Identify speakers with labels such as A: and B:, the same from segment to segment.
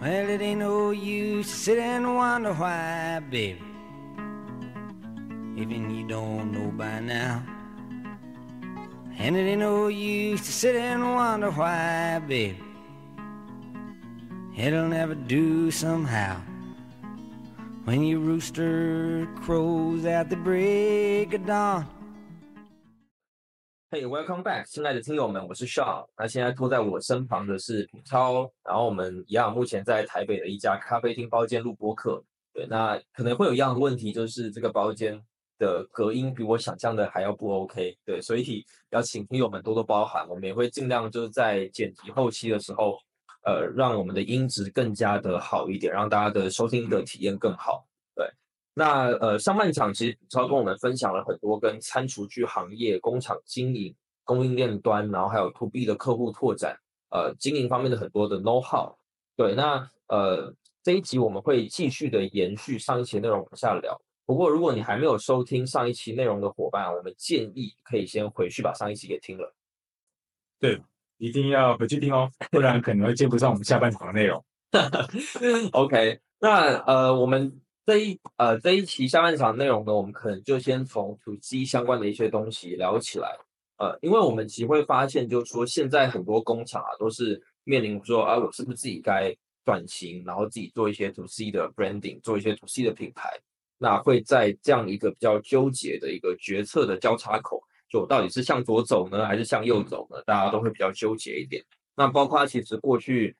A: Well, it ain't no use to sit and wonder why, baby. Even you don't know by now. And it ain't no use to sit and wonder why, baby. It'll never do somehow. When your rooster crows at the break of dawn.
B: 嘿、hey,，Welcome back，亲爱的听友们，我是 Shaw。那现在坐在我身旁的是品超，然后我们一样目前在台北的一家咖啡厅包间录播客。对，那可能会有一样的问题，就是这个包间的隔音比我想象的还要不 OK。对，所以要请听友们多多包涵，我们也会尽量就是在剪辑后期的时候，呃，让我们的音质更加的好一点，让大家的收听的体验更好。那呃，上半场其实超跟我们分享了很多跟餐厨具行业、工厂经营、供应链端，然后还有 to B 的客户拓展，呃，经营方面的很多的 know how。对，那呃这一集我们会继续的延续上一期内容往下聊。不过如果你还没有收听上一期内容的伙伴，我们建议可以先回去把上一期给听了。
C: 对，一定要回去听 哦，不然可能会接不上我们下半场的内容。
B: OK，那呃我们。这一呃这一期下半场内容呢，我们可能就先从 to G 相关的一些东西聊起来。呃，因为我们其实会发现，就是说现在很多工厂啊，都是面临说啊，我是不是自己该转型，然后自己做一些 to C 的 branding，做一些 to C 的品牌。那会在这样一个比较纠结的一个决策的交叉口，就我到底是向左走呢，还是向右走呢？大家都会比较纠结一点。那包括其实过去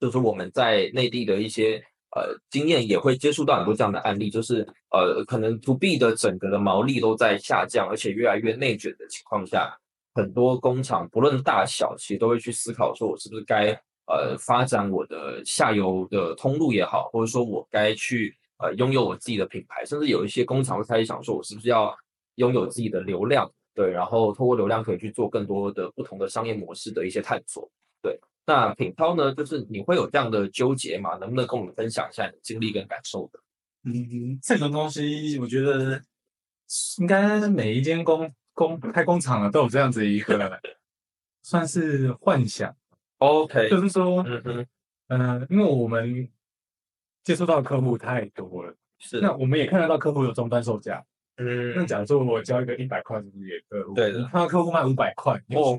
B: 就是我们在内地的一些。呃，经验也会接触到很多这样的案例，就是呃，可能 to B 的整个的毛利都在下降，而且越来越内卷的情况下，很多工厂不论大小，其实都会去思考，说我是不是该呃发展我的下游的通路也好，或者说我该去呃拥有我自己的品牌，甚至有一些工厂会开始想说，我是不是要拥有自己的流量，对，然后通过流量可以去做更多的不同的商业模式的一些探索，对。那品涛呢？就是你会有这样的纠结吗？能不能跟我们分享一下你的经历跟感受的？
C: 嗯，这种东西我觉得应该每一间工工开工厂的都有这样子一个 算是幻想。
B: OK，
C: 就是说，
B: 嗯哼，
C: 呃，因为我们接触到的客户太多了，
B: 是
C: 那我们也看得到客户有终端售价。
B: 嗯，
C: 那假如说我交一个一百块给客户，
B: 对的
C: 你看到客户卖五百块，你就
B: 哦，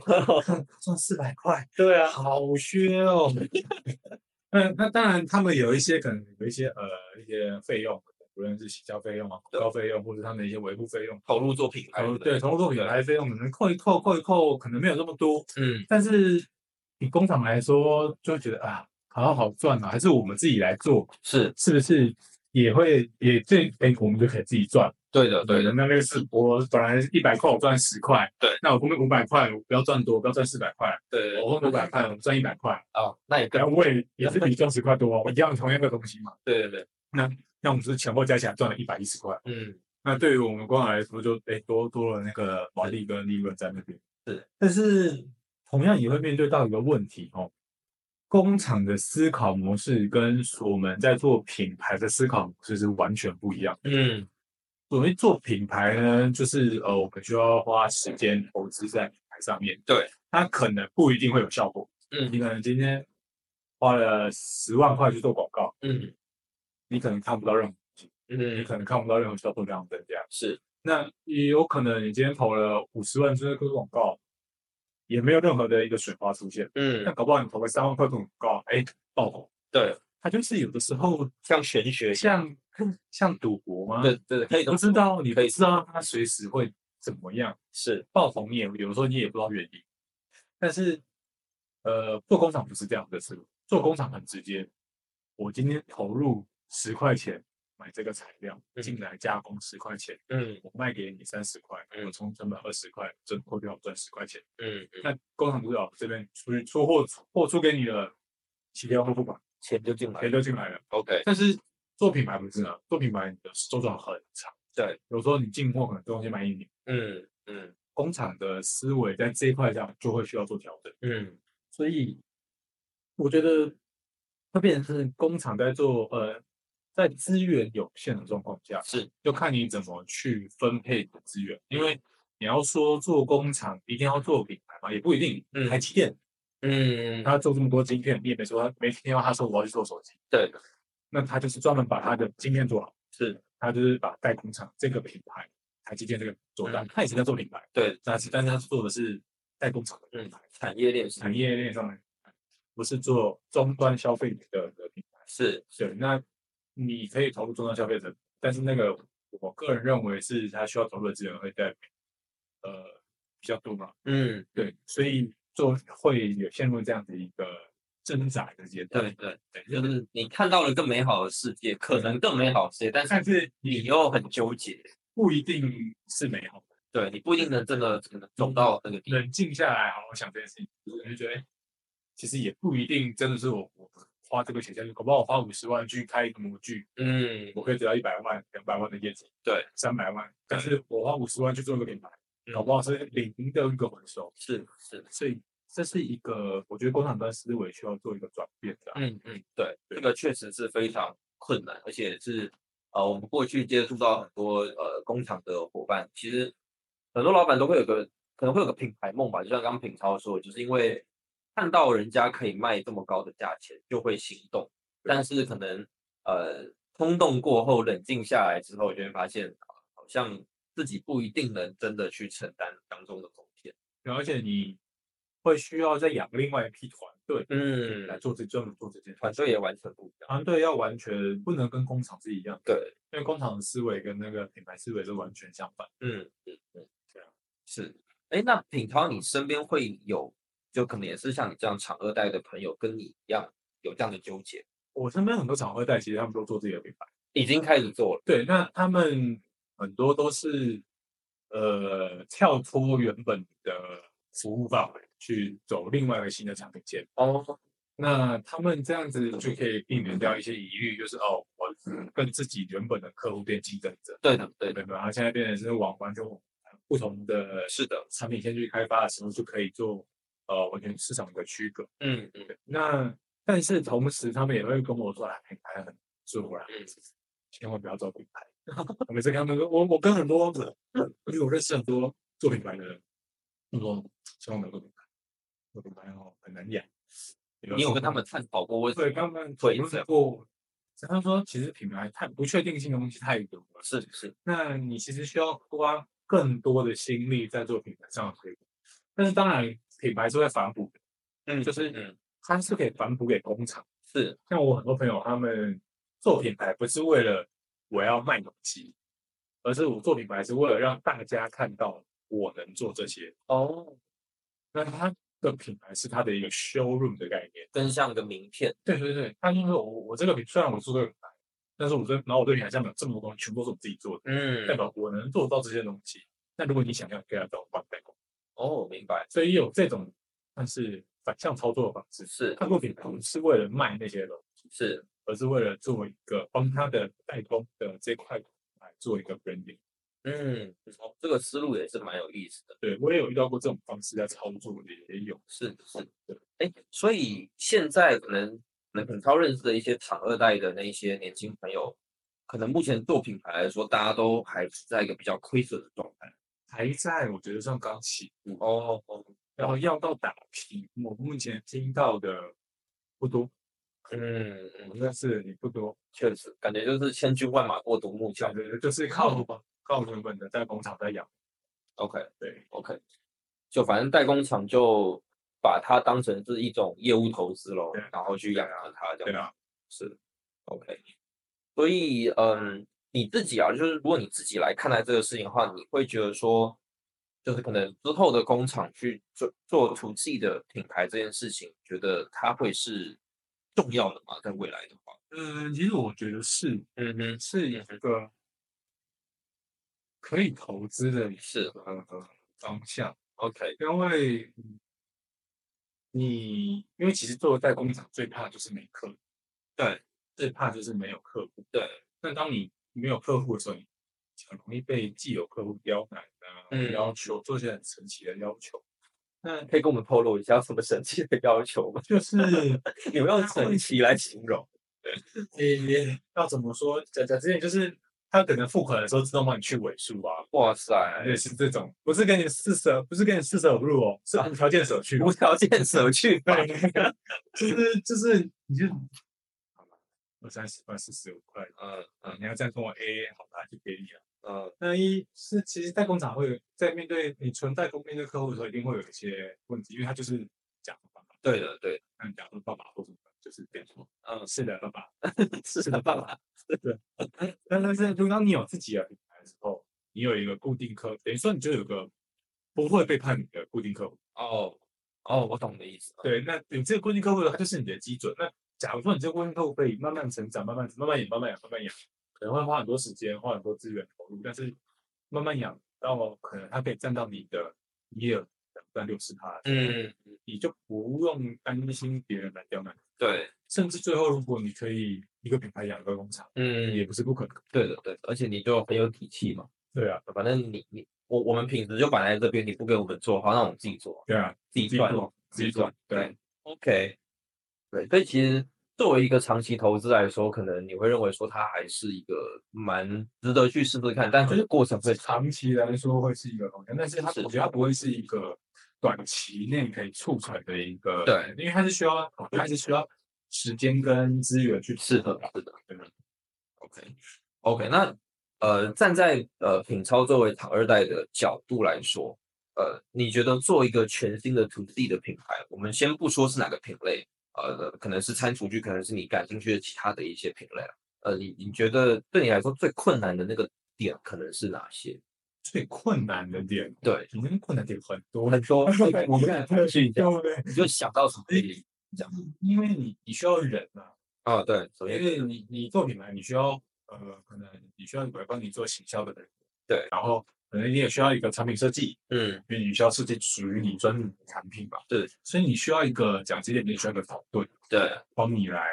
C: 赚四百块，
B: 对啊，
C: 好削哦。 嗯，那当然，他们有一些可能有一些呃一些费用，无论是洗销费用啊、
B: 对
C: 广告费用，或者他们的一些维护费用，
B: 投入做品牌，啊
C: 投对，投入作品来费用可能扣一扣扣一扣，可能没有那么多，
B: 嗯，
C: 但是以工厂来说，就会觉得啊，好像好赚啊，还是我们自己来做，
B: 是
C: 是不是也会也这哎、我们就可以自己赚？
B: 对的，对的，
C: 那那个是我本来一百块我赚十块，
B: 对，
C: 那我后面五百块我不要赚多，不要赚四百块，
B: 对的
C: 我后面五百块我赚一百块。
B: 哦，那也更
C: 然后我也也是比赚十块多，我一样同样的东西嘛。
B: 对对对，
C: 那我们是前后加起来赚了一百一十块。
B: 嗯，
C: 那对于我们工厂来说就，诶哎多多了那个毛利跟利润在那边。
B: 是，
C: 但是同样也会面对到一个问题哦，工厂的思考模式跟我们在做品牌的思考模式是完全不一样。
B: 嗯，
C: 所谓做品牌呢，就是呃，我们需要花时间投资在品牌上面。
B: 对，
C: 它可能不一定会有效果。
B: 嗯
C: 你可能今天花了十万块去做广告，
B: 嗯，
C: 你可能看不到任何，你
B: 嗯，
C: 可能看不到任何销售量增加。
B: 是，
C: 那也有可能你今天投了五十万去做广告，也没有任何的一个水花出现。那
B: 嗯，
C: 搞不好你投个三万块做广告，哎，爆红。
B: 对，
C: 它就是有的时候
B: 像玄学一样，
C: 像像赌博吗？
B: 对对，可以这
C: 你不
B: 么
C: 知
B: 说
C: 道，你不知道它随时会怎么样。
B: 是，
C: 爆红你也有时候你也不知道原因，但是呃，做工厂不是这样的思路，做工厂很直接。我今天投入十块钱买这个材料
B: 嗯
C: 进来加工十块钱，
B: 嗯
C: 我卖给你三十块，
B: 嗯
C: 我从成本二十块，挣扣掉我赚十块钱。
B: 嗯嗯，
C: 那工厂主角这边出去出货，货出给你了，七天后不管，
B: 钱就进来
C: 钱
B: 了
C: 就进来了。
B: ，OK，
C: 但是做品牌不是啊，做品牌你的周转很长，
B: 对，
C: 有时候你进货可能东西卖一年。
B: 嗯嗯
C: 工厂的思维在这一块上就会需要做调整。
B: 嗯，
C: 所以我觉得会变成是工厂在做呃，在资源有限的状况下，
B: 是，
C: 就看你怎么去分配你的资源。因为你要说做工厂一定要做品牌嘛，也不一定。
B: 嗯
C: 台积电
B: 嗯，
C: 他做这么多晶片，你也没说他没听到他说我要去做手机，
B: 对，
C: 那他就是专门把他的晶片做好，
B: 是
C: 他就是把代工厂这个品牌，台积电这个做大，
B: 嗯
C: 他也是在做品牌，
B: 对，
C: 但是但是他做的是代工厂的品
B: 嗯
C: 牌，，
B: 产业链是
C: 产业链上的品牌，不是做终端消费者的品牌。
B: 是
C: 对，那你可以投入终端消费者，但是那个我个人认为是他需要投入的资源会在呃比较多嘛，
B: 嗯，
C: 对，所以就会有陷入这样的一个挣扎的阶段。
B: 对对对，就是你看到了更美好的世界，可能更美好的世界，但是
C: 但是
B: 你
C: 你
B: 又很纠结，
C: 不一定是美好的。
B: 对你不一定能真的可能走到那个地步。
C: 冷静下来，好好想这件事情，我就觉得，哎其实也不一定真的是我我花这个钱下去，搞不好我花五十万去开一个模具，
B: 嗯，
C: 我可以得到一百万、两百万的业绩，
B: 对，嗯
C: 三百万，但是我花五十万去做一个品牌，搞不好是零的一个回收，
B: 是是，
C: 所以这是一个我觉得工厂端思维需要做一个转变的啊、
B: 嗯嗯，对，这个确实是非常困难，而且是呃，我们过去接触到很多呃工厂的伙伴，其实很多老板都会有个可能会有个品牌梦吧，就像刚刚品超说的，就是因为看到人家可以卖这么高的价钱，就会心动，但是可能呃冲动过后，冷静下来之后，就会发现、呃好像自己不一定能真的去承担当中的风险。
C: 对而且你会需要再养另外一批团队
B: 嗯
C: 来做这专门做这件事
B: 团队也完全不一样。
C: 团队要完全不能跟工厂是一样的，
B: 对，
C: 因为工厂的思维跟那个品牌思维是完全相反。
B: 嗯嗯嗯，
C: 对啊
B: 是。哎，那品涛，你身边会有，就可能也是像你这样厂二代的朋友，跟你一样有这样的纠结，
C: 我身边很多厂二代，其实他们都做自己的品牌。
B: 已经开始做了。
C: 对，那他们很多都是呃跳脱原本的服务范围，去走另外一个新的产品线。
B: 哦，
C: 那他们这样子就可以避免掉一些疑虑，就是哦，我跟自己原本的客户变竞争者，
B: 对的，对的，
C: 对吧？他现在变成是往完全不同的
B: 是的，
C: 产品线去开发的时候，就可以做呃完全市场的区隔。
B: 嗯嗯，
C: 那但是同时，他们也会跟我说，哎，品牌很做啦
B: 嗯，
C: 千万不要做品牌。我每次跟他们说，我我跟很多，因为我认识很多做品牌的人，他们说千万不要做品牌，做品牌哦很难养。
B: 你有
C: 时
B: 跟他
C: 候
B: 们探讨过为哦什
C: 对
B: 么？
C: 跟他们讨
B: 会这
C: 论
B: 样
C: 过，他们说其实品牌太不确定性的东西太多了，
B: 是是，
C: 那你其实需要花更多的心力在做品牌上的推广。但是当然，品牌是会反哺的，
B: 嗯
C: 就是
B: 嗯，
C: 它是可以反哺给工厂。
B: 是
C: 像我很多朋友，他们做品牌不是为了我要卖东西，而是我做品牌是为了让大家看到我能做这些。
B: 哦，
C: 那它的品牌是它的一个 showroom 的概念。
B: 跟像个名片，
C: 对对对，它就是我我这个品，虽然我做这个品牌，但是我这然后我这个品牌下面有这么多东西，全部都是我自己做的，
B: 嗯
C: 代，表我能做到这些东西。那如果你想要，你可以来找我帮你代工。
B: 哦，明白，
C: 所以有这种算是反向操作的方 式。
B: 是
C: 他做品牌不是为了卖那些东西。
B: 是，
C: 而是为了做一个帮他的代工的这块来做一个 branding。
B: 嗯，哦这个思路也是蛮有意思的。
C: 对我也有遇到过这种方式在操作的，也有。
B: 是的是的
C: 对，
B: 哎，所以现在可能可能很超认识的一些厂二代的那一些年轻朋友，可能目前做品牌来说，大家都还是在一个比较亏损的状态。
C: 还在我觉得算刚起步，
B: 哦哦，
C: 然后要到打拼，我目前听到的不多，
B: 嗯嗯，
C: 我认识的也不多，
B: 确实，感觉就是千军万马过独木桥
C: 讲。的就是靠靠原本的代工厂在养。
B: OK
C: 对
B: OK，就反正代工厂就把它当成是一种业务投资咯
C: 对，啊
B: 然后去养活它这样
C: 对
B: 子。
C: 啊，
B: 是，OK。所以，嗯，你自己啊，就是如果你自己来看待这个事情的话，你会觉得说，就是可能之后的工厂去做做土地的品牌这件事情，觉得它会是重要的嘛？在未来的话，
C: 嗯，其实我觉得是
B: 嗯哼，
C: 是一个可以投资的一
B: 是
C: 个方向。
B: ，OK，
C: 因为你因为其实做代工厂最怕就是没客，
B: 对，
C: 最怕就是没有客户。
B: 对，
C: 那当你没有客户的时候，你很容易被既有客户刁难啊，
B: 嗯
C: 要求做一些很神奇的要求。那
B: 可以跟我们透露一下什么神奇的要求吗？
C: 就是
B: 你们用神奇来形容，
C: 诶、要怎么说？讲讲之前就是他可能付款的时候自动帮你去尾数啊，
B: 哇塞，
C: 也是这种，不是跟你四舍，不是跟你四舍五入哦，是无条件舍去哦。
B: 无条 件舍去吧。
C: 对，就是就是，你就好吧，二三十块，四十五块，
B: 嗯
C: 啊
B: 嗯，
C: 你要这样跟我 AA 好吧，就给你了。
B: 嗯，
C: 那一是其实代工厂会有在面对你纯代工面对客户的时候，一定会有一些问题，因为他就是讲爸爸，
B: 对的对的，
C: 那讲说爸爸或什么，就是变说
B: 嗯，
C: 是的爸爸。
B: 是的，爸爸。
C: 但但是如果当你有自己的品牌的时候，你有一个固定客，等于说你就有个不会背叛你的固定客户。
B: 哦哦，我懂你的意思。
C: 对，那你这个固定客户的话，它就是你的基准。那假如说你这个固定客户可以慢慢成长，慢慢慢慢养，慢慢养，慢慢养，可能会花很多时间，花很多资源投入，但是慢慢养到可能它可以占到你的一二，占六十趴，
B: 嗯，
C: 你就不用担心别人来刁难你。
B: 对，
C: 甚至最后，如果你可以一个品牌养一个工厂，
B: 嗯，
C: 也不是不可能。
B: 对的对的，而且你就很有底气嘛。
C: 对啊，
B: 反正你你我我们品质就摆在这边，你不给我们做的话，那我们自己做，
C: 对啊，
B: 自己
C: 自己
B: 赚，
C: 做自己赚对
B: 对，OK，对，所以其实作为一个长期投资来说，可能你会认为说它还是一个蛮值得去试试看，但就是过程会长。
C: 长期来说会是一个方向，但是它
B: 是
C: 我觉得它不会是一个短期内可以促成的一个，
B: 对，
C: 因为它是需要，它还是需要时间跟资源去
B: 是的，是的
C: 对的
B: ，OK OK，那呃，站在呃品超作为唐二代的角度来说，呃，你觉得做一个全新的 to C 的品牌，我们先不说是哪个品类，呃，可能是餐厨具，可能是你感兴趣的其他的一些品类啊，呃，你你觉得对你来说最困难的那个点可能是哪些？
C: 最困难的点，
B: 对，
C: 你们困难点很多，
B: 很多，我们来分析一下，
C: 对不对？
B: 你就想到什么
C: 你因为你你需要人啊，
B: 啊？对，首先
C: 因为你你做品牌，你需要呃，可能你需要有人帮你做行销的人，
B: 对，
C: 然后可能你也需要一个产品设计，
B: 嗯，
C: 因为你需要设计属于你专属的产品嘛，
B: 对，
C: 所以你需要一个讲解点，你需要一个团队
B: 对，
C: 帮你来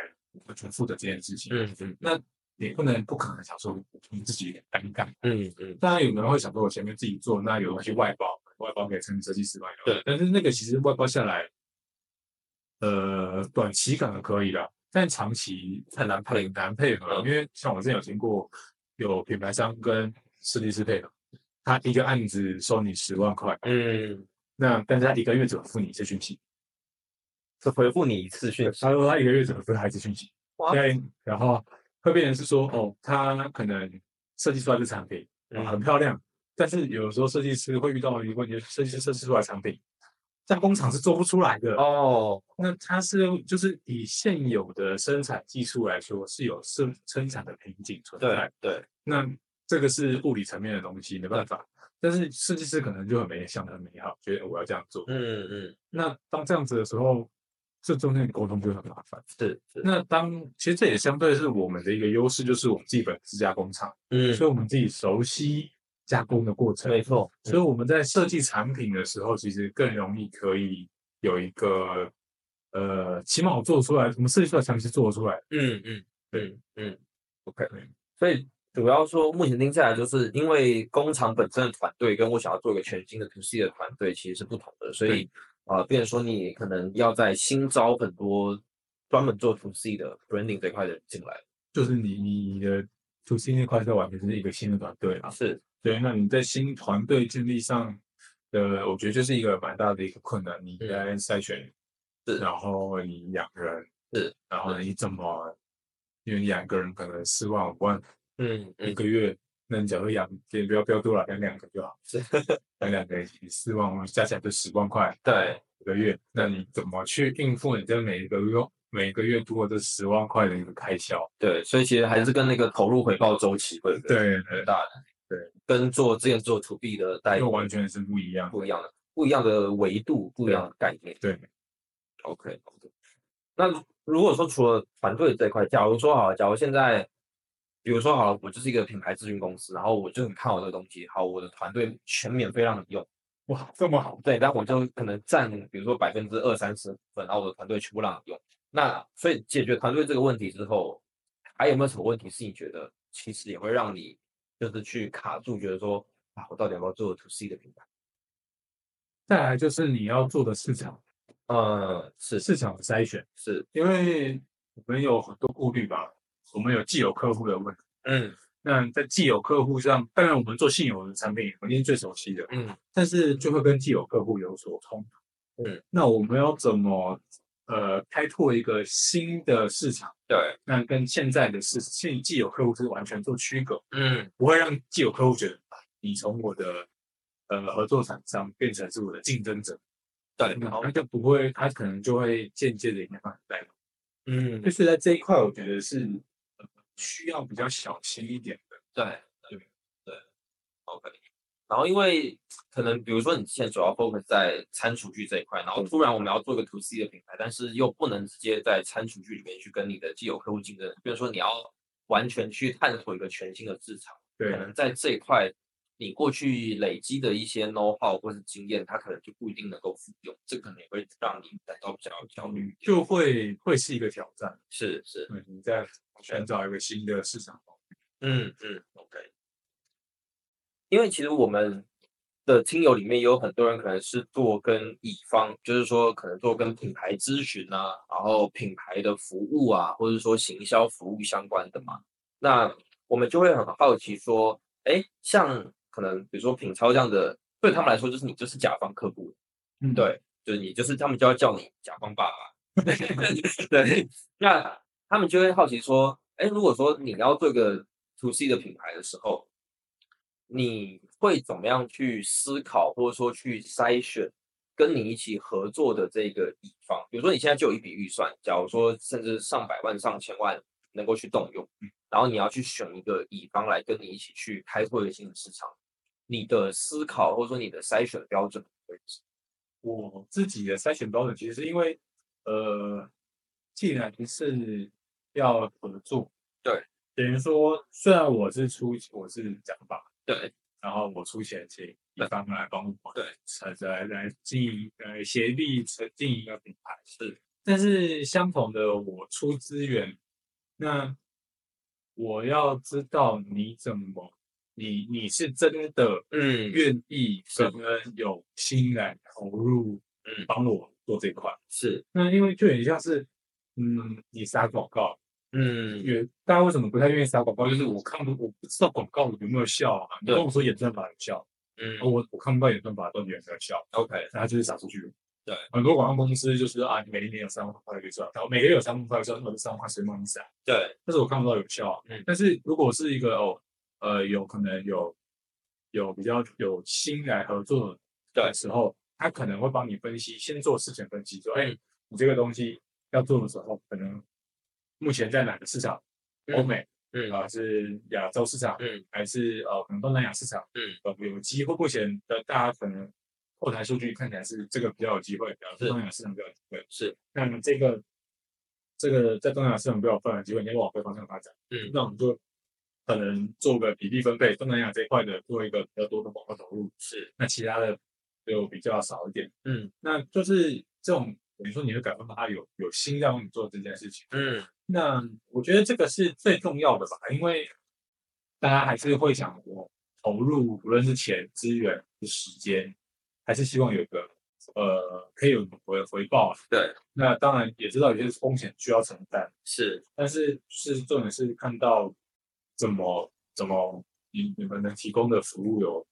C: 完全负责这件事情。
B: 嗯嗯
C: 你不能不可能想说你自己单干，
B: 嗯嗯，
C: 当然有人会想说我前面自己做，那有东西外包，外包给成设计师嘛，有
B: 对
C: 但是那个其实外包下来，呃，短期可能可以了，但长期
B: 很难配
C: 很难配合，
B: 嗯
C: 因为像我之前有听过有品牌商跟设计师配合，他一个案子收你十万块，
B: 嗯，
C: 那但是他一个月只付你一次讯息，
B: 只回复你一次讯息，
C: 他说他一个月只付他一次讯息，
B: 哇
C: 对，然后会变成是说，哦，他可能设计出来的产品、啊
B: 嗯
C: 很漂亮，但是有时候设计师会遇到一个问题，就是设计师设计出来的产品在工厂是做不出来的。
B: 哦，
C: 那它是就是以现有的生产技术来说，是有生生产的瓶颈存在
B: 对。对，
C: 那这个是物理层面的东西，没办法。但是设计师可能就很美，想的很美好，觉得我要这样做。
B: 嗯嗯，
C: 那当这样子的时候，这中间的沟通就很麻烦。
B: 是是，
C: 那当其实这也相对是我们的一个优势，就是我们自己本身是加工厂，
B: 嗯，
C: 所以我们自己熟悉加工的过程，
B: 没错，
C: 所以我们在设计产品的时候，其实更容易可以有一个呃，起码我做出来，我们设计出来的产品是做得出来的，
B: 嗯嗯嗯嗯，OK，
C: 对
B: 所以主要说目前听下来，就是因为工厂本身的团队跟我想要做一个全新的 to C 的团队其实是不同的，所以啊，变成说你可能要在新招很多专门做 to C 的 branding 这块的人进来，
C: 就是你你你的 to C 那块在完全是一个新的团队啊，
B: 是，
C: 对，那你在新团队建立上，呃，我觉得就是一个蛮大的一个困难，你应
B: 嗯
C: 该筛选，
B: 是
C: 然后你养人，
B: 是，
C: 然后你怎么，因为你养一个人可能四万五万
B: 嗯
C: 一
B: 嗯，
C: 个月，那你假如养，也不要不要多了，养两个就好，
B: 是
C: 养两个四万五加起来就十万块
B: 对，
C: 一个月，那你怎么去应付你这每一个月每个月多的这十万块的一个开销？
B: 对，所以其实还是跟那个投入回报周期会有一个
C: 对
B: 很
C: 对，
B: 大的，
C: 对，
B: 跟做之前做 to B 的代
C: 又
B: 理
C: 完全是不一样的，
B: 不一样的不一样的维度，不一
C: 对
B: 样的概念。
C: 对。
B: OK，那如果说除了团队这一块，假如说好了，假如现在，比如说好了，我就是一个品牌咨询公司，然后我就很看好这个东西，好，我的团队全免费让你用，
C: 哇，这么好，
B: 对，但我就可能占比如说百分之二三十分，然后我的团队全部让你用。那所以解决团队这个问题之后，还有没有什么问题是你觉得其实也会让你就是去卡住，觉得说啊，我到底要不要做 to C 的品牌？
C: 再来就是你要做的市场
B: 嗯，是是
C: 市场的筛选，
B: 是，
C: 因为我们有很多顾虑吧，我们有既有客户的问题，
B: 嗯
C: 那在既有客户上，当然我们做现有的产品，肯定是最熟悉的，
B: 嗯，
C: 但是就会跟既有客户有所冲突。
B: 嗯，
C: 那我们要怎么呃开拓一个新的市场？
B: 对，
C: 那跟现在的市现既有客户是完全做区隔，
B: 嗯
C: 不会让既有客户觉得啊你从我的呃合作厂商变成是我的竞争者，
B: 对，
C: 然后他就不会，他可能就会间接的影响到你的贷款。
B: 嗯
C: 就是在这一块，我觉得是、呃、需要比较小心一点的。
B: 对对对，OK。然后因为可能比如说你现在主要 focus 在餐厨具这一块，然后突然我们要做一个 to C 的品牌，但是又不能直接在餐厨具里面去跟你的既有客户竞争，比如说你要完全去探索一个全新的市场，可
C: 嗯
B: 能在这一块你过去累积的一些 know how 或是经验，它可能就不一定能够复用，这可能也会让你感到比较焦虑一点。
C: 就会会是一个挑战。
B: 是是，
C: 对，你在寻找一个新的市场。
B: 嗯嗯，OK。因为其实我们的听友里面也有很多人可能是做跟乙方，就是说可能做跟品牌咨询啊，然后品牌的服务啊，或者说行销服务相关的嘛。那我们就会很好奇说，哎，像可能比如说品超这样的，对他们来说就是你就是甲方客户，
C: 嗯，
B: 对，就是你，就是他们就要叫你甲方爸爸。 对，那他们就会好奇说，哎，如果说你要做一个 to C 的品牌的时候，你会怎么样去思考，或者说去筛选跟你一起合作的这个乙方？比如说你现在就有一笔预算，假如说甚至上百万、上千万能够去动用，然后你要去选一个乙方来跟你一起去开拓一个新的市场，你的思考或者说你的筛选标准会是
C: 我自己的筛选标准其实是因为，呃，既然是要合作，
B: 对，
C: 等于说虽然我是出我是讲法，
B: 对。
C: 然后我出钱请一
B: 对
C: 方来帮我，呃
B: 对，
C: 来来经营呃协力成经营一个品牌
B: 是，
C: 但是相同的我出资源，那我要知道你怎么，你你是真的
B: 嗯，
C: 愿意
B: 是
C: 跟有心来投入，
B: 嗯
C: 帮我做这块，
B: 是，
C: 那因为就很像是，嗯，你撒广告，
B: 嗯，
C: 也大家为什么不太愿意撒广告？就是我看不我不知道广告有没有效啊，你
B: 对
C: 跟我说演算法有效。
B: 嗯
C: 而我我看不到演算法到底有没有效，
B: ，OK，
C: 然后就是撒出去。
B: 对，
C: 很多广告公司就是啊，你每一年有三万块预算，然后每个月有三万块预算，那么三万块谁帮你撒？
B: 对，
C: 但是我看不到有效啊。
B: 嗯
C: 但是如果是一个哦，呃，有可能有有比较有新来合作的
B: 对
C: 时候，他可能会帮你分析，先做事前分析，说，哎、
B: 嗯
C: 你这个东西要做的时候，可能目前在哪个市场？
B: 嗯
C: 欧美
B: 嗯，
C: 啊，是亚洲市场，
B: 嗯，
C: 还是呃，可能东南亚市场，
B: 嗯，
C: 呃，有机会。目前的大家可能后台数据看起来是这个比较有机会，比较
B: 是
C: 东南亚市场比较有机会。
B: 是，
C: 那么这个这个在东南亚市场比较有发展机会，你要往这个方向发展。
B: 嗯
C: 那我们就可能做个比例分配，东南亚这一块的做一个比较多的广告投入，
B: 是，
C: 那其他的就比较少一点。
B: 嗯
C: 那就是这种，等于说你的改革方案有有心在帮你做这件事情。
B: 嗯，
C: 那我觉得这个是最重要的吧，因为大家还是会想我投入，无论是钱、资源、时间，还是希望有一个呃可以有回回报。啊
B: 对，
C: 那当然也知道有些风险需要承担，
B: 是，
C: 但是是重点是看到怎么怎么你你们能提供的服务有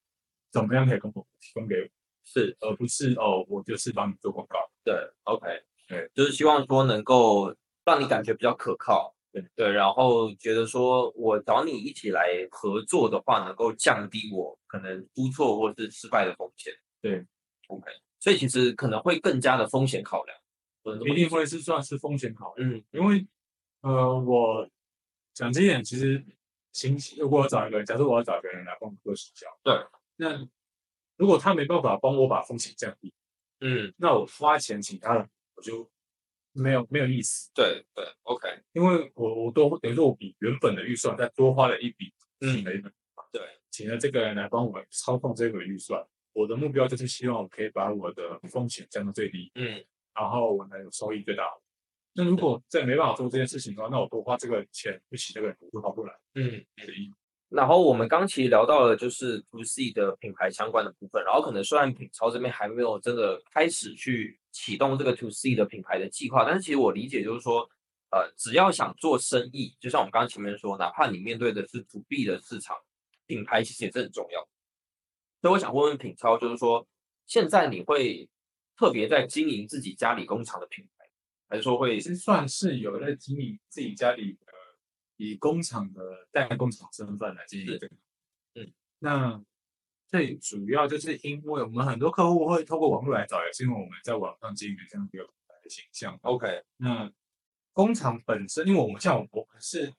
C: 怎么样可以跟我提供给
B: 是，
C: 我，而不是哦我就是帮你做广告。
B: 对，OK，
C: 对，
B: 就是希望说能够让你感觉比较可靠，
C: 对
B: 对，然后觉得说我找你一起来合作的话，能够降低我可能出错或是失败的风险，
C: 对
B: ，OK，所以其实可能会更加的风险考量，我能这么
C: 一定
B: 理解，
C: 会是算是风险考量。
B: 嗯
C: 因为呃，我讲这一点，其实行，如果我找一个人，假设我要找一个人来帮我做行销，
B: 对，
C: 那如果他没办法帮我把风险降低，
B: 嗯，
C: 那我花钱请他来，我就没有没有意思，
B: 对对，OK，
C: 因为我我多等于说我比原本的预算再多花了一笔，
B: 嗯
C: 请了一个
B: 对，
C: 请了这个人来帮我操控这个预算。我的目标就是希望我可以把我的风险降到最低，
B: 嗯
C: 然后我能有收益最大化。那如果再没办法做这件事情的话，那我多花这个钱去请这个人，我就划不来。
B: 嗯。
C: 没有意义
B: 然后我们刚其实聊到了就是 to C 的品牌相关的部分，然后可能虽然品超这边还没有真的开始去启动这个 to C 的品牌的计划，但是其实我理解就是说，呃，只要想做生意，就像我们刚刚前面说，哪怕你面对的是 to B 的市场，品牌其实也是很重要。所以我想问问品超，就是说现在你会特别在经营自己家里工厂的品牌，还是说会
C: 也是算是有在经营自己家里呃，以工厂的代工厂身份来经营
B: 是
C: 这个。
B: 嗯，
C: 那最主要就是因为我们很多客户会透过网络来找，也是因为我们在网上经营这样一个品牌的形象。
B: OK？
C: 那工厂本身，因为我们像我我们是，因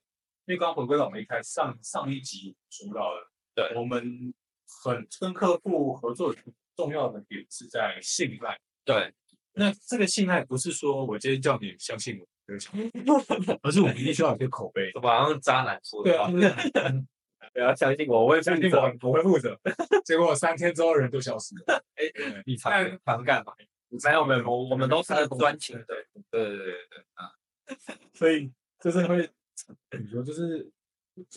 C: 为刚刚回归到我们一开始上上一集说到的，
B: 对
C: 我们很跟客户合作的重要的点是在信赖。
B: 对，
C: 那这个信赖不是说我今天叫你相信我，对 不起而是我们一定需要有一个口碑。
B: 怎么好像渣男说
C: 对
B: 的
C: 啊
B: 话？， 不要啊相信我，我也
C: 相信我，我会负责。 结果三天之后人都消失了。
B: 哎
C: 对
B: 你
C: 但
B: 常常干嘛？没有没有，我我们都是专情的。对对对对对，啊，
C: 所以就是会，怎么说就是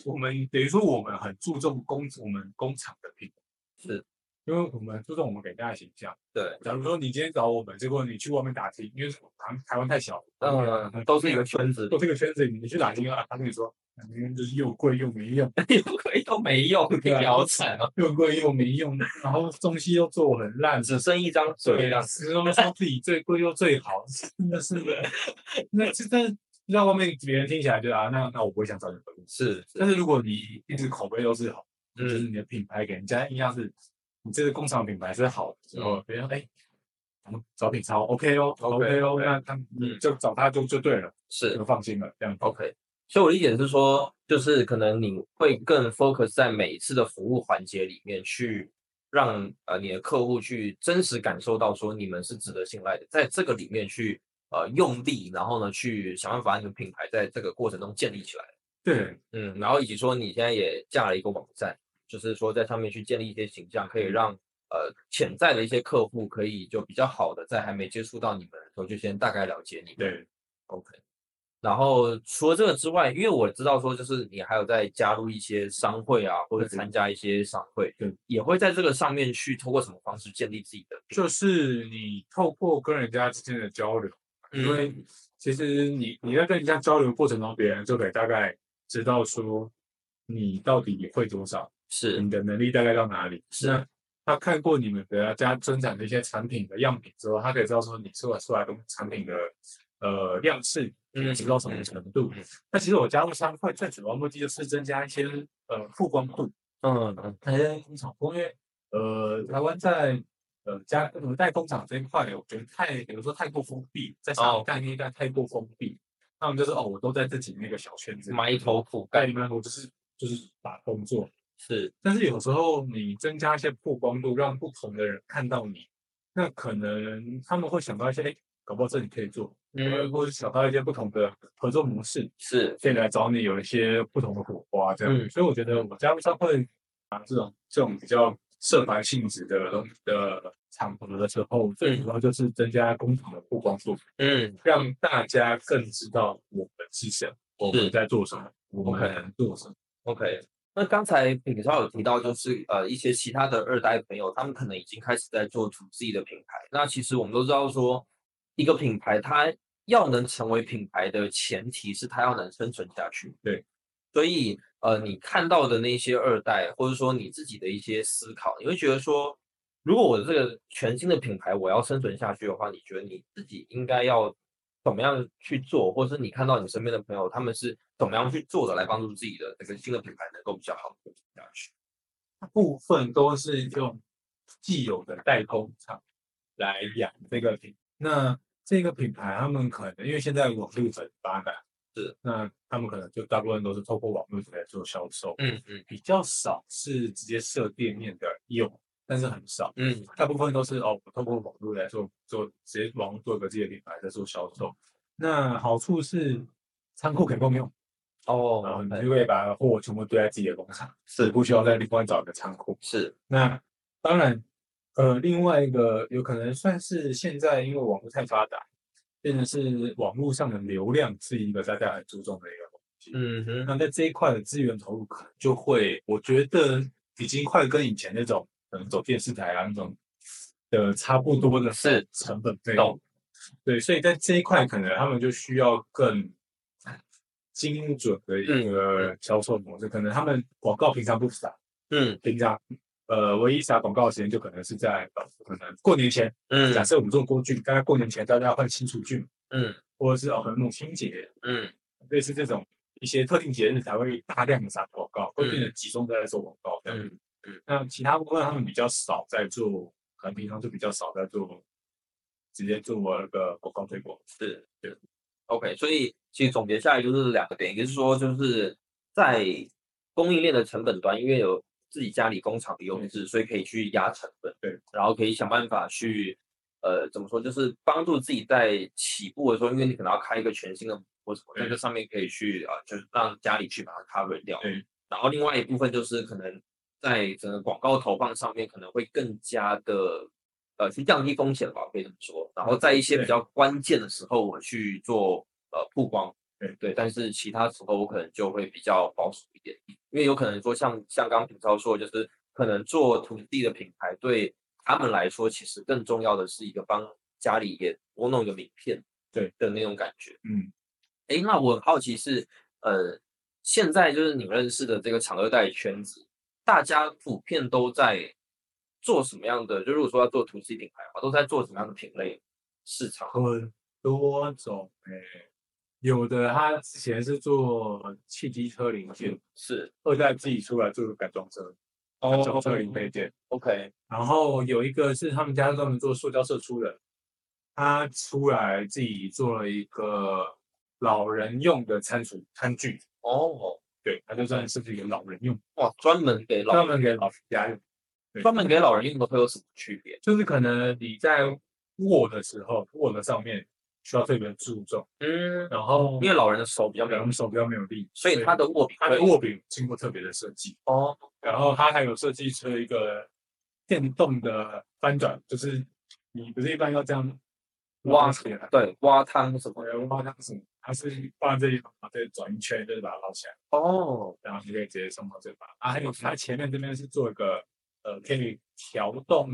C: 我们等于说我们很注重工我们工厂的品牌，
B: 是
C: 因为我们注重我们给大家的形象。
B: 对，
C: 假如说你今天找我们，结果你去外面打听，因为台台湾太小了，啊
B: 嗯，都是一个圈子，
C: 做这个圈子，你去打听啊，他跟你说，反正就是又贵又没 用，
B: 不可以都没用，你
C: 对啊
B: 好惨哦，
C: 又贵又没用， 然后东西又做很烂，
B: 只剩一张嘴
C: 对
B: 了
C: 啊，。始终说自己最贵又最好，真的 是，那这这让外面别人听起来就啊，那那我不会想找你合作。
B: 是，
C: 但
B: 是
C: 是如果你一直口碑都是好，就是
B: 嗯，
C: 你的品牌给人家印象是，你这个工厂品牌是好的时候，别人哎，我们找品超 OK 哦
B: 嗯 OK，
C: ，OK 哦，
B: 对嗯
C: 那他们你就找他就就对了，
B: 是
C: 就放心了，这样
B: OK。所以我理解是说，就是可能你会更 focus 在每一次的服务环节里面去。让呃你的客户去真实感受到说你们是值得信赖的，在这个里面去呃用力，然后呢去想办法让你们品牌在这个过程中建立起来。
C: 对，
B: 嗯，然后以及说你现在也架了一个网站，就是说在上面去建立一些形象，可以让呃潜在的一些客户可以就比较好的在还没接触到你们的时候就先大概了解你们。
C: 对，
B: OK。然后除了这个之外，因为我知道说就是你还有在加入一些商会啊，或者
C: 对
B: 参加一些商会，
C: 对，
B: 也会在这个上面去通过什么方式建立自己的品
C: 就是你透过跟人家之间的交流，
B: 牌，
C: 因为其实你你在跟人家交流过程中，别人就可以大概知道说你到底会多少，
B: 是
C: 你的能力大概到哪里。
B: 是
C: 那他看过你们的家生产的一些产品的样品之后，他可以知道说你做出来的东产品的呃样式
B: 嗯
C: 是到什么程度
B: 嗯嗯。
C: 那其实我加入商会最主要目的就是增加一些呃曝光度，
B: 嗯嗯
C: 那些工厂工业，呃，台湾在呃加呃代工厂这一块，我觉得太，比如说太过封闭，在上
B: 哦
C: 一代那一代太过封闭，他们就是哦，我都在自己那个小圈子，
B: 埋头苦
C: 在
B: 干
C: 里面我就是就是打工作，
B: 是
C: 但是有时候你增加一些曝光度，让不同的人看到你，那可能他们会想到一些，哎，搞不好这里可以做，
B: 嗯
C: 或者想到一些不同的合作模式，
B: 是
C: 可以来找你有一些不同的火花这样。
B: 嗯
C: 所以我觉得我加入商会啊这种这种比较社团性质的东的场合的时候，最主要就是增加工厂的曝光度，
B: 嗯
C: 让大家更知道我们是谁，我们在做什么，我们能做什么。
B: OK，那刚才品超有提到，就是呃一些其他的二代朋友，他们可能已经开始在做 to Z 的品牌。那其实我们都知道说，一个品牌它要能成为品牌的前提是它要能生存下去。
C: 对，
B: 所以呃你看到的那些二代，或者说你自己的一些思考，你会觉得说，如果我这个全新的品牌我要生存下去的话，你觉得你自己应该要怎么样去做，或者是你看到你身边的朋友他们是怎么样去做的，来帮助自己的这个新的品牌能够比较好的下去？
C: 大部分都是用既有的代工厂来养这个品。那这个品牌，他们可能因为现在网络很发达，
B: 是，
C: 那他们可能就大部分都是透过网络来做销售，
B: 嗯嗯
C: 比较少是直接设店面的有，但是很少，
B: 嗯，
C: 大部分都是哦，我透过网络来做做，直接网络做一个自己的品牌在做销售。那好处是仓库可以共用，然后
B: 哦
C: 你，就可以把货全部堆在自己的工厂，
B: 是
C: 你不需要再另外找一个仓库。
B: 是，
C: 那当然，呃，另外一个有可能算是现在因为网络太发达，变成是网络上的流量是一个大家很注重的一个东西。
B: 嗯哼，
C: 那在这一块的资源投入，可能就会我觉得已经快跟以前那种可能走电视台啊那种的差不多的
B: 是
C: 成本费
B: 懂
C: 用。对，所以在这一块可能他们就需要更精准的一个销售模式，可能他们广告平常不撒，
B: 嗯
C: 平常呃唯一撒广告的时间就可能是在呃可能过年前，假
B: 嗯
C: 设我们做锅具，大概过年前大家换新厨具，
B: 嗯
C: 或者是哦可能母亲节，
B: 嗯
C: 类似这种一些特定节日才会大量的撒广告，会变得集中在做广告这样。
B: 嗯
C: 那其他部分他们比较少在做，可能平常就比较少在做，直接做那个广告推广。
B: 是
C: 对
B: ，OK。所以其实总结下来就是两个点，一个是说就是在供应链的成本端，因为有自己家里工厂的优势，所以可以去压成本，
C: 嗯对，
B: 然后可以想办法去呃怎么说，就是帮助自己在起步的时候，因为你可能要开一个全新的或什么，在
C: 对
B: 这上面可以去啊、就是让家里去把它 cover 掉。
C: 对，
B: 然后另外一部分就是可能在整个广告投放上面可能会更加的呃去降低风险吧，我可以这么说。然后在一些比
C: 对
B: 较关键的时候，我去做呃曝光，
C: 对
B: 对。但是其他时候我可能就会比较保守一点，因为有可能说像像刚平超说的，就是可能做土地的品牌对他们来说，其实更重要的是一个帮家里也多弄一个名片，
C: 对
B: 的那种感觉。
C: 嗯，
B: 哎，那我很好奇是，呃，现在就是你认识的这个厂二代圈子，大家普遍都在做什么样的？就如果说要做土系品牌的话，都在做什么样的品类市场？
C: 很多种诶、有的他之前是做汽机车零件，
B: 是
C: 二代自己出来做改装车，改装车零配件。
B: ，OK，
C: 然后有一个是他们家专门做塑胶射出的，他出来自己做了一个老人用的餐厨餐具，
B: 哦，
C: 对，他就算是不是给老人用，
B: 哇，专门给老
C: 专门给老人家用。对
B: 专门给老人用的会有什么区别？
C: 就是可能你在握的时候，握的上面需要特别注重，
B: 嗯，
C: 然后
B: 因为老人的手比较
C: 我
B: 敏
C: 们手比较没有力，
B: 所以他的握柄
C: 它
B: 会
C: 的呃握柄经过特别的设计，
B: 哦，
C: 然后它还有设计出一个电动的翻转，就是你不是一般要这样
B: 挖
C: 起来，
B: 对，挖汤什么的，
C: 我挖它什么，它是放在这里，然后再转一圈，就是把它捞起来，
B: 哦，
C: 然后你就可以直接送到嘴巴。啊，还有它前面这边是做一个呃，可以调动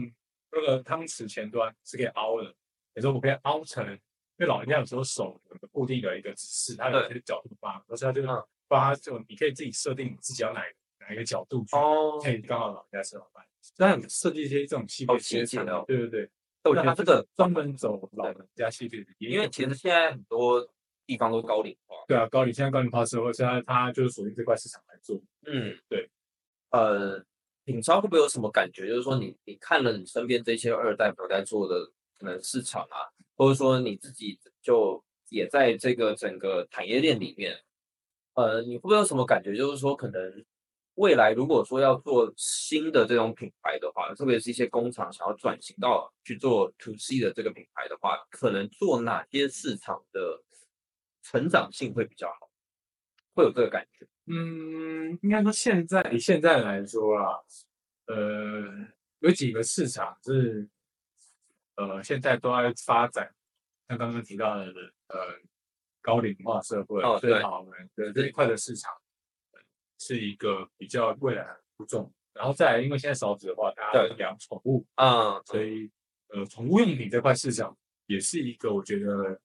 C: 那个汤匙前端是可以凹的，也就是我可以凹成，因为老人家有时候手有个固定的一个姿势，它有
B: 对
C: 些角度吧，所以它就是
B: 嗯
C: 把它就你可以自己设定自己要哪哪一个角度去，
B: 哦
C: 可，以刚好老人家吃好饭。所以它有设计一些这种系
B: 好
C: 列
B: 奇妙
C: 的产品
B: 哦
C: 对对对，
B: 我觉得
C: 那它
B: 这
C: 这
B: 个
C: 个，专门走老人家系列的，也
B: 因为
C: 有
B: 其实现在很多地方都高龄化。
C: 对啊，高龄现在高龄化社会，现在它就是锁定这块市场来做。
B: 嗯，
C: 对。
B: 呃，品超会不会有什么感觉？就是说你，你看了你身边这些二代朋友在做的可能市场啊，或者说你自己就也在这个整个产业链里面，呃，你会不会有什么感觉？就是说，可能未来如果说要做新的这种品牌的话，特别是一些工厂想要转型到去做 to C 的这个品牌的话，可能做哪些市场的成长性会比较好？会有这个感觉？
C: 嗯，应该说现在以现在来说啊，呃，有几个市场是呃现在都在发展，像刚刚提到的呃高龄化社会，
B: 哦
C: 对
B: 对
C: 老人的这一块的市场呃是一个比较未来的注重。然后再来，因为现在少子化，大家
B: 对
C: 都养宠物，
B: 嗯，
C: 所以呃，宠物用品这块市场也是一个我觉得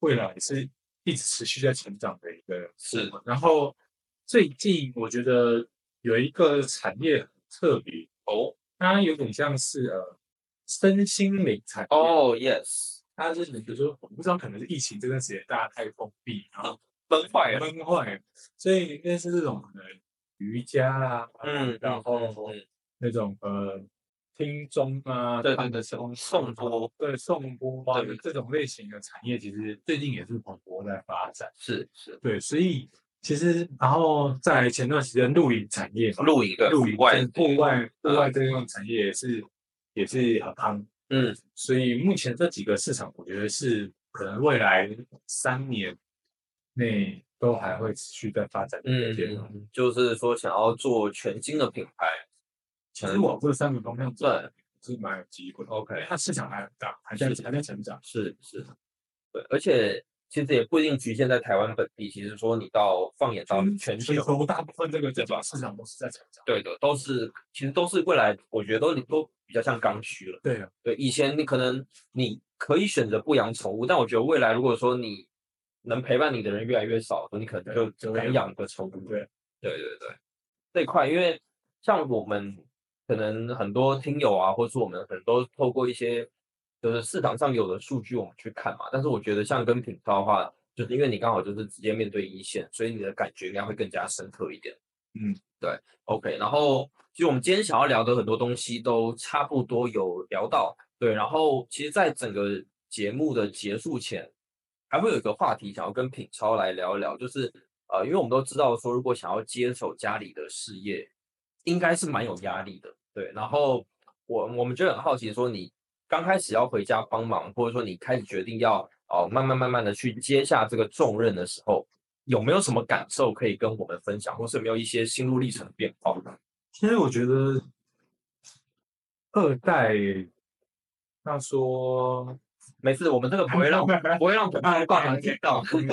C: 未来是一直持续在成长的一个部
B: 是
C: 门。然后最近我觉得有一个产业很特别，
B: 哦
C: 它有点像是呃身心灵产业，
B: 哦，yes，
C: 它是比如说我不知道，可能是疫情这段时间大家太封闭，然后
B: 崩嗯坏了，
C: 闷坏了，所以类似这种可能瑜伽啊，
B: 嗯，
C: 然后
B: 嗯
C: 那种呃听钟啊，
B: 对
C: 看
B: 对
C: 的声
B: 送播，
C: 对颂钵啊
B: 对
C: 这种类型的产业，其实最近也是蓬勃在发展。
B: 是是，
C: 对，所以其实然后在前段时间露营产业嘛，
B: 录一个
C: 露营
B: 外
C: 这，户外户外这种产业也是也是很夯。
B: 嗯，
C: 所以目前这几个市场，我觉得是可能未来三年内都还会持续在发展的一个
B: 嗯
C: 阶段。
B: 嗯，就是说想要做全新的品牌，
C: 其实往这三个方向走
B: 对
C: 是蛮有机会的。
B: OK
C: 因为它市场还很大，还在
B: 是
C: 还在成长。
B: 是是，对，而且其实也不一定局限在台湾本地，其实说你到放眼到全
C: 全
B: 球，
C: 球大部分这个整个市场都是在成长。
B: 对的，都是其实都是未来，我觉得都都比较像刚需了。
C: 对啊，
B: 对，以前你可能你可以选择不养宠物，但我觉得未来如果说你能陪伴你的人越来越少，你可能
C: 对
B: 就
C: 就
B: 只
C: 会
B: 能养个宠物。
C: 对
B: 对对对，这一块，因为像我们可能很多听友啊，或是我们很多透过一些就是市场上有的数据我们去看嘛，但是我觉得像跟品超的话，就是因为你刚好就是直接面对一线，所以你的感觉应该会更加深刻一点。
C: 嗯，
B: 对，OK。然后其实我们今天想要聊的很多东西都差不多有聊到，对。然后其实，在整个节目的结束前，还会有一个话题想要跟品超来聊一聊，就是呃，因为我们都知道说，如果想要接手家里的事业，应该是蛮有压力的，对。然后我我们就很好奇说，你刚开始要回家帮忙，或者说你开始决定要哦、慢慢慢慢的去接下这个重任的时候，有没有什么感受可以跟我们分享，或是有没有一些心路历程的变化？
C: 其实我觉得二 代，那说
B: 没事，我们这个不会 让不会让本地爸妈听到。
C: 就是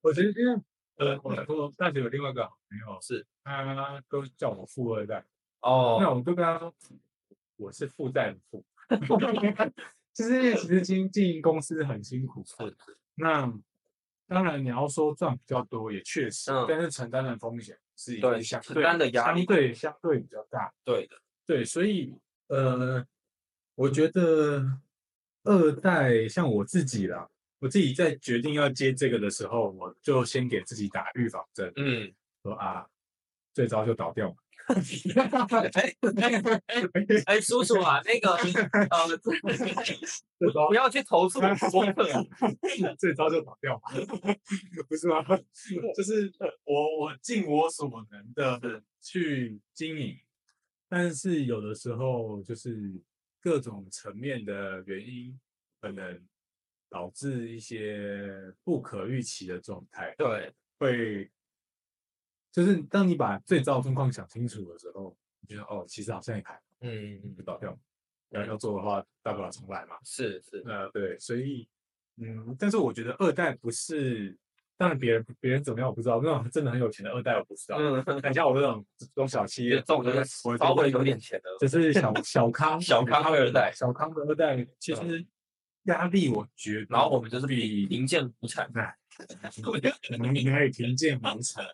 C: 我觉得因为呃，我我大学有另外一个好朋友，
B: 是
C: 他都叫我富二代，那
B: 哦，
C: 我就跟他说我是负债的富， 就是因为其实经经营公司很辛苦，啊
B: 是
C: 那当然你要说赚比较多也确实，
B: 嗯
C: 但是承担的风险是一
B: 对
C: 个相
B: 承
C: 对
B: 担的压力
C: 相对相对比较大，
B: 对的，
C: 对，所以呃，我觉得二代像我自己啦，我自己在决定要接这个的时候，我就先给自己打预防针，
B: 嗯，
C: 说啊，最糟就倒掉 嘛。
B: 哎哎，叔叔啊，那个呃，
C: 最 糟
B: 不要去投诉我播客啊，
C: 最糟就倒掉嘛， 不是吗？ 就是我我尽我所能的去经营，但是有的时候就是各种层面的原因，可能导致一些不可预期的状态，
B: 对，
C: 会就是当你把最糟的状况想清楚的时候，你觉得哦，其实好像也还好
B: 嗯，
C: 就倒掉嘛，要要做的话，大不了重来嘛。
B: 是是，
C: 呃，对，所以，嗯，但是我觉得二代不是，当然别人别人怎么样我不知道，那种真的很有钱的二代我不知道。
B: 嗯，
C: 等像我这种中小企
B: 也
C: 业，
B: 中
C: 我
B: 了
C: 我
B: 稍
C: 觉
B: 微
C: 得
B: 有点钱的，
C: 就是 小小康
B: 小康二代
C: 小康的二代，其
B: 嗯
C: 实压力我觉得，
B: 然后我们就是比
C: 比哎
B: 贫贱无产，
C: 你们你们可以贫贱无 产，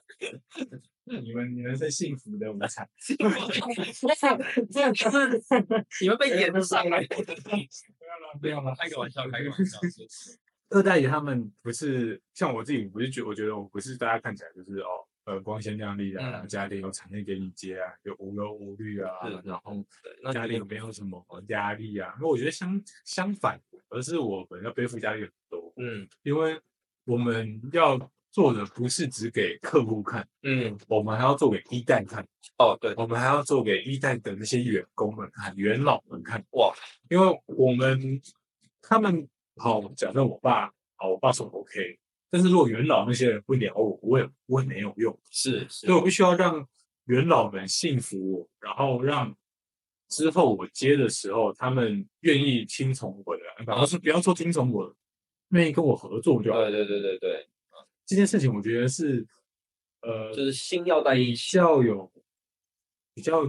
C: 你们你们是幸福的无产，
B: 这样就是你们被 延上来，
C: 不要了，不要了，
B: 开个玩笑，开个玩 笑，
C: 二代他们不是像我自己，我就觉我觉得我不是大家看起来就是哦，呃，光鲜亮丽啊，
B: 嗯
C: 家里有产业给你接啊，有无忧无虑啊
B: 是，
C: 然后
B: 对，那
C: 家里没有什么压力啊。那我觉得相相反，而是我们要背负压力很多，
B: 嗯
C: 因为我们要做的不是只给客户看，
B: 嗯，
C: 我们还要做给一代看，
B: 哦对，
C: 我们还要做给一代的那些员工们看、元老们看。
B: 哇，
C: 因为我们他们好，假设我爸好，我爸说 OK，但是如果元老那些人不鸟我，我也我也没有用，
B: 是是
C: 所以，我必须要让元老们信服我，然后让之后我接的时候，他们愿意听从我的安排，而是不要说听从我，愿意跟我合作就好。
B: 对对对对对，
C: 这件事情我觉得是，呃，
B: 就是心要在一
C: 比
B: 起，
C: 较有比较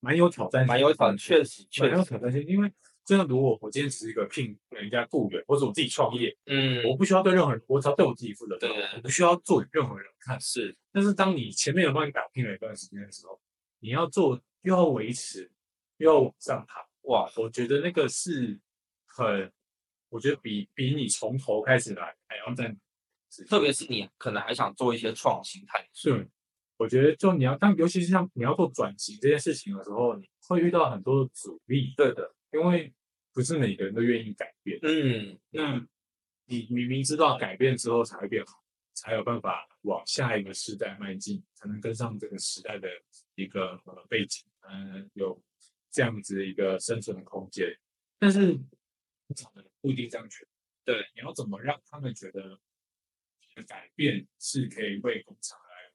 C: 蛮有挑战性的，
B: 蛮有挑，确实
C: 蛮
B: 确
C: 有
B: 实，
C: 挑战性，因为真的，如果我今天只是一个聘人家雇员，或者我自己创业，
B: 嗯，
C: 我不需要对任何人，我只要对我自己负责就好，
B: 对
C: 我不需要做给任何人看。
B: 是
C: 但是当你前面有帮你打拼了一段时间的时候，你要做又要维持，又要往上爬，
B: 哇，
C: 我觉得那个是很，我觉得比比你从头开始来还要再
B: 特别是你可能还想做一些创新探索，
C: 是，我觉得就你要当，尤其是像你要做转型这件事情的时候，你会遇到很多的阻力，
B: 对的，
C: 因为不是每个人都愿意改变。
B: 嗯，
C: 那你明明知道改变之后才会变好，才有办法往下一个时代迈进，才能跟上这个时代的一个呃背景，嗯、有这样子一个生存的空间。但是不常人不一定这样觉得，
B: 对，
C: 你要怎么让他们觉得你的改变是可以为工厂来，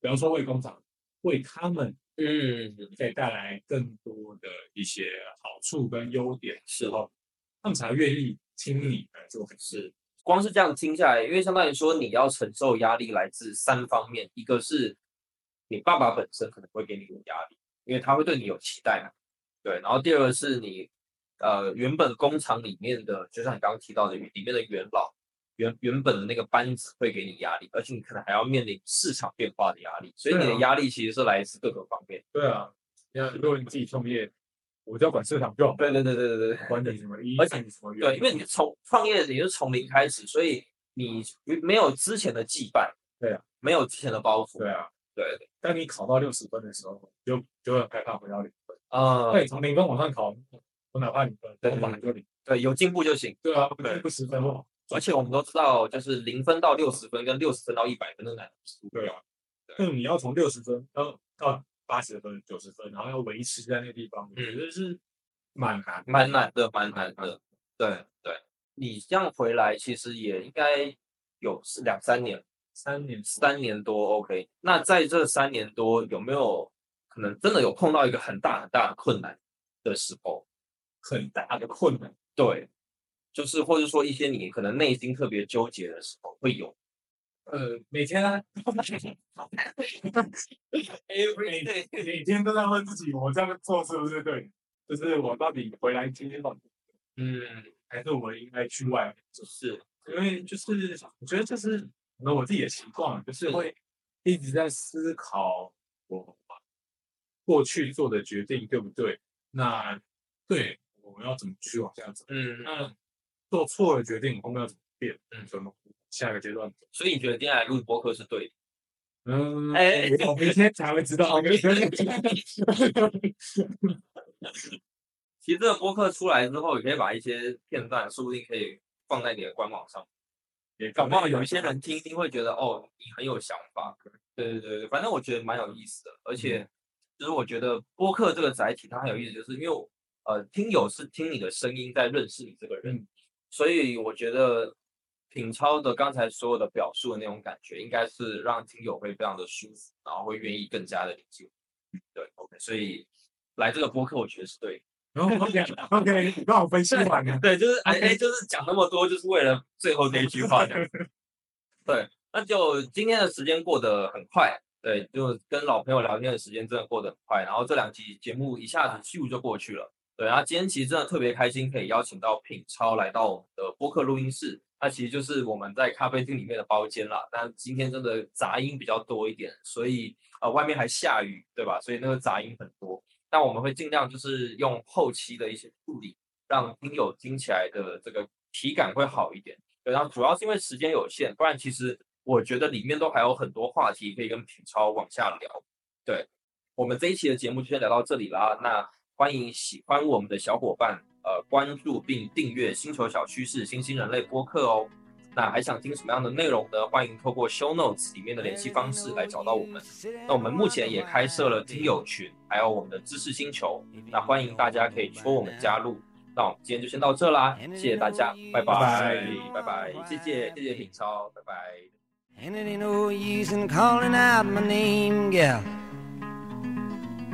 C: 比方说为工厂，为他们
B: 嗯，
C: 可以带来更多的一些好处跟优点
B: 是
C: 之后，他们才愿意听你来做这个事。
B: 是，光是这样听下来，因为相当于说你要承受压力来自三方面，一个是你爸爸本身可能会给你有压力，因为他会对你有期待嘛，对。然后第二个是你呃原本工厂里面的，就像你刚刚提到的里面的元老，原原本的那个班子会给你压力，而且你可能还要面临市场变化的压力，所以你
C: 对
B: 的
C: 啊
B: 压力其实是来自各个方面。
C: 对啊，你看，如果你自己创业，我就要管市场就好，
B: 哦对对对对对 对，
C: 管你什么医
B: 而且
C: 生什么
B: 对，
C: 院
B: 因为你从创业你是从零开始，所以你没有之前的羁绊，
C: 对啊，
B: 没有之前的包袱，
C: 对啊，
B: 对对，
C: 当你考到六十分的时候，就就会很害怕回到零分。
B: 啊，
C: 那你从零分往上考，我哪怕零分，
B: 对
C: 我本来就零。
B: 对，有进步就行。
C: 对啊，不十分哦。
B: 而且我们都知道，就是零分到六十分跟六十分到一百分的难度。
C: 对啊，那你要从六十分到到八十分、九十分，然后要维持在那个地方，我觉得是嗯蛮难的，
B: 蛮难的，蛮难的。对对，你这样回来其实也应该有是两三年，
C: 三年四
B: 三年多 OK。那在这三年多有没有可能真的有碰到一个很大很大的困难的时候？
C: 很大的困难。
B: 对，就是或者说一些你可能内心特别纠结的时候会有。
C: 呃，每天啊 ，every day，每天都在问自己，我这样做是不是对？就是我到底回来今天到底，
B: 嗯，
C: 还是我应该去外面做？
B: 是，
C: 因为就是我觉得这是可能我自己的习惯，就是会一直在思考我过去做的决定对不对？那对我要怎么继续往下走？
B: 嗯，
C: 那做错了决定，我后面要怎么变？
B: 嗯
C: 怎么下个阶段走？
B: 所以你觉得今天来录播客是对的？
C: 嗯，
B: 哎
C: 我我明天才会知道。
B: 其实这个播客出来之后，也可以把一些片段，说不定可以放在你的官网上。
C: 也
B: 搞不好有一些 人听一听会觉得哦，你很有想法。对对对对，反正我觉得蛮有意思的，而且就是我觉得播客这个载体它很有意思，就是因为我呃听友是听你的声音在认识你这个人，
C: 嗯
B: 所以我觉得品超的刚才所有的表述的那种感觉，应该是让听友会非常的舒服，然后会愿意更加的理解。对，OK，所以来这个播客我觉得是对的。
C: OK OK，你哦帮我分析完了。
B: 对，就是哎哎，就是讲那么多，就是为了最后这一句话这样子。对，那就今天的时间过得很快，对，就跟老朋友聊天的时间真的过得很快。然后这两期节目一下子咻就过去了。对，然后今天其实真的特别开心，可以邀请到品超来到我们的播客录音室。那其实就是我们在咖啡厅里面的包间啦。但今天真的杂音比较多一点，所以呃外面还下雨，对吧？所以那个杂音很多。但我们会尽量就是用后期的一些处理，让听友听起来的这个体感会好一点。对，然后主要是因为时间有限，不然其实我觉得里面都还有很多话题可以跟品超往下聊。对，我们这一期的节目就先聊到这里啦。那欢迎喜欢我们的小伙伴，呃，关注并订阅《星球小趋势》新兴人类播客哦。那还想听什么样的内容呢？欢迎透过 Show Notes 里面的联系方式来找到我们。那我们目前也开设了听友群，还有我们的知识星球，那欢迎大家可以戳我们加入。那我们今天就先到这啦，谢谢大家，拜拜，拜拜，谢谢谢谢品超，拜拜。
A: And it ain't no use in calling out my name, gal.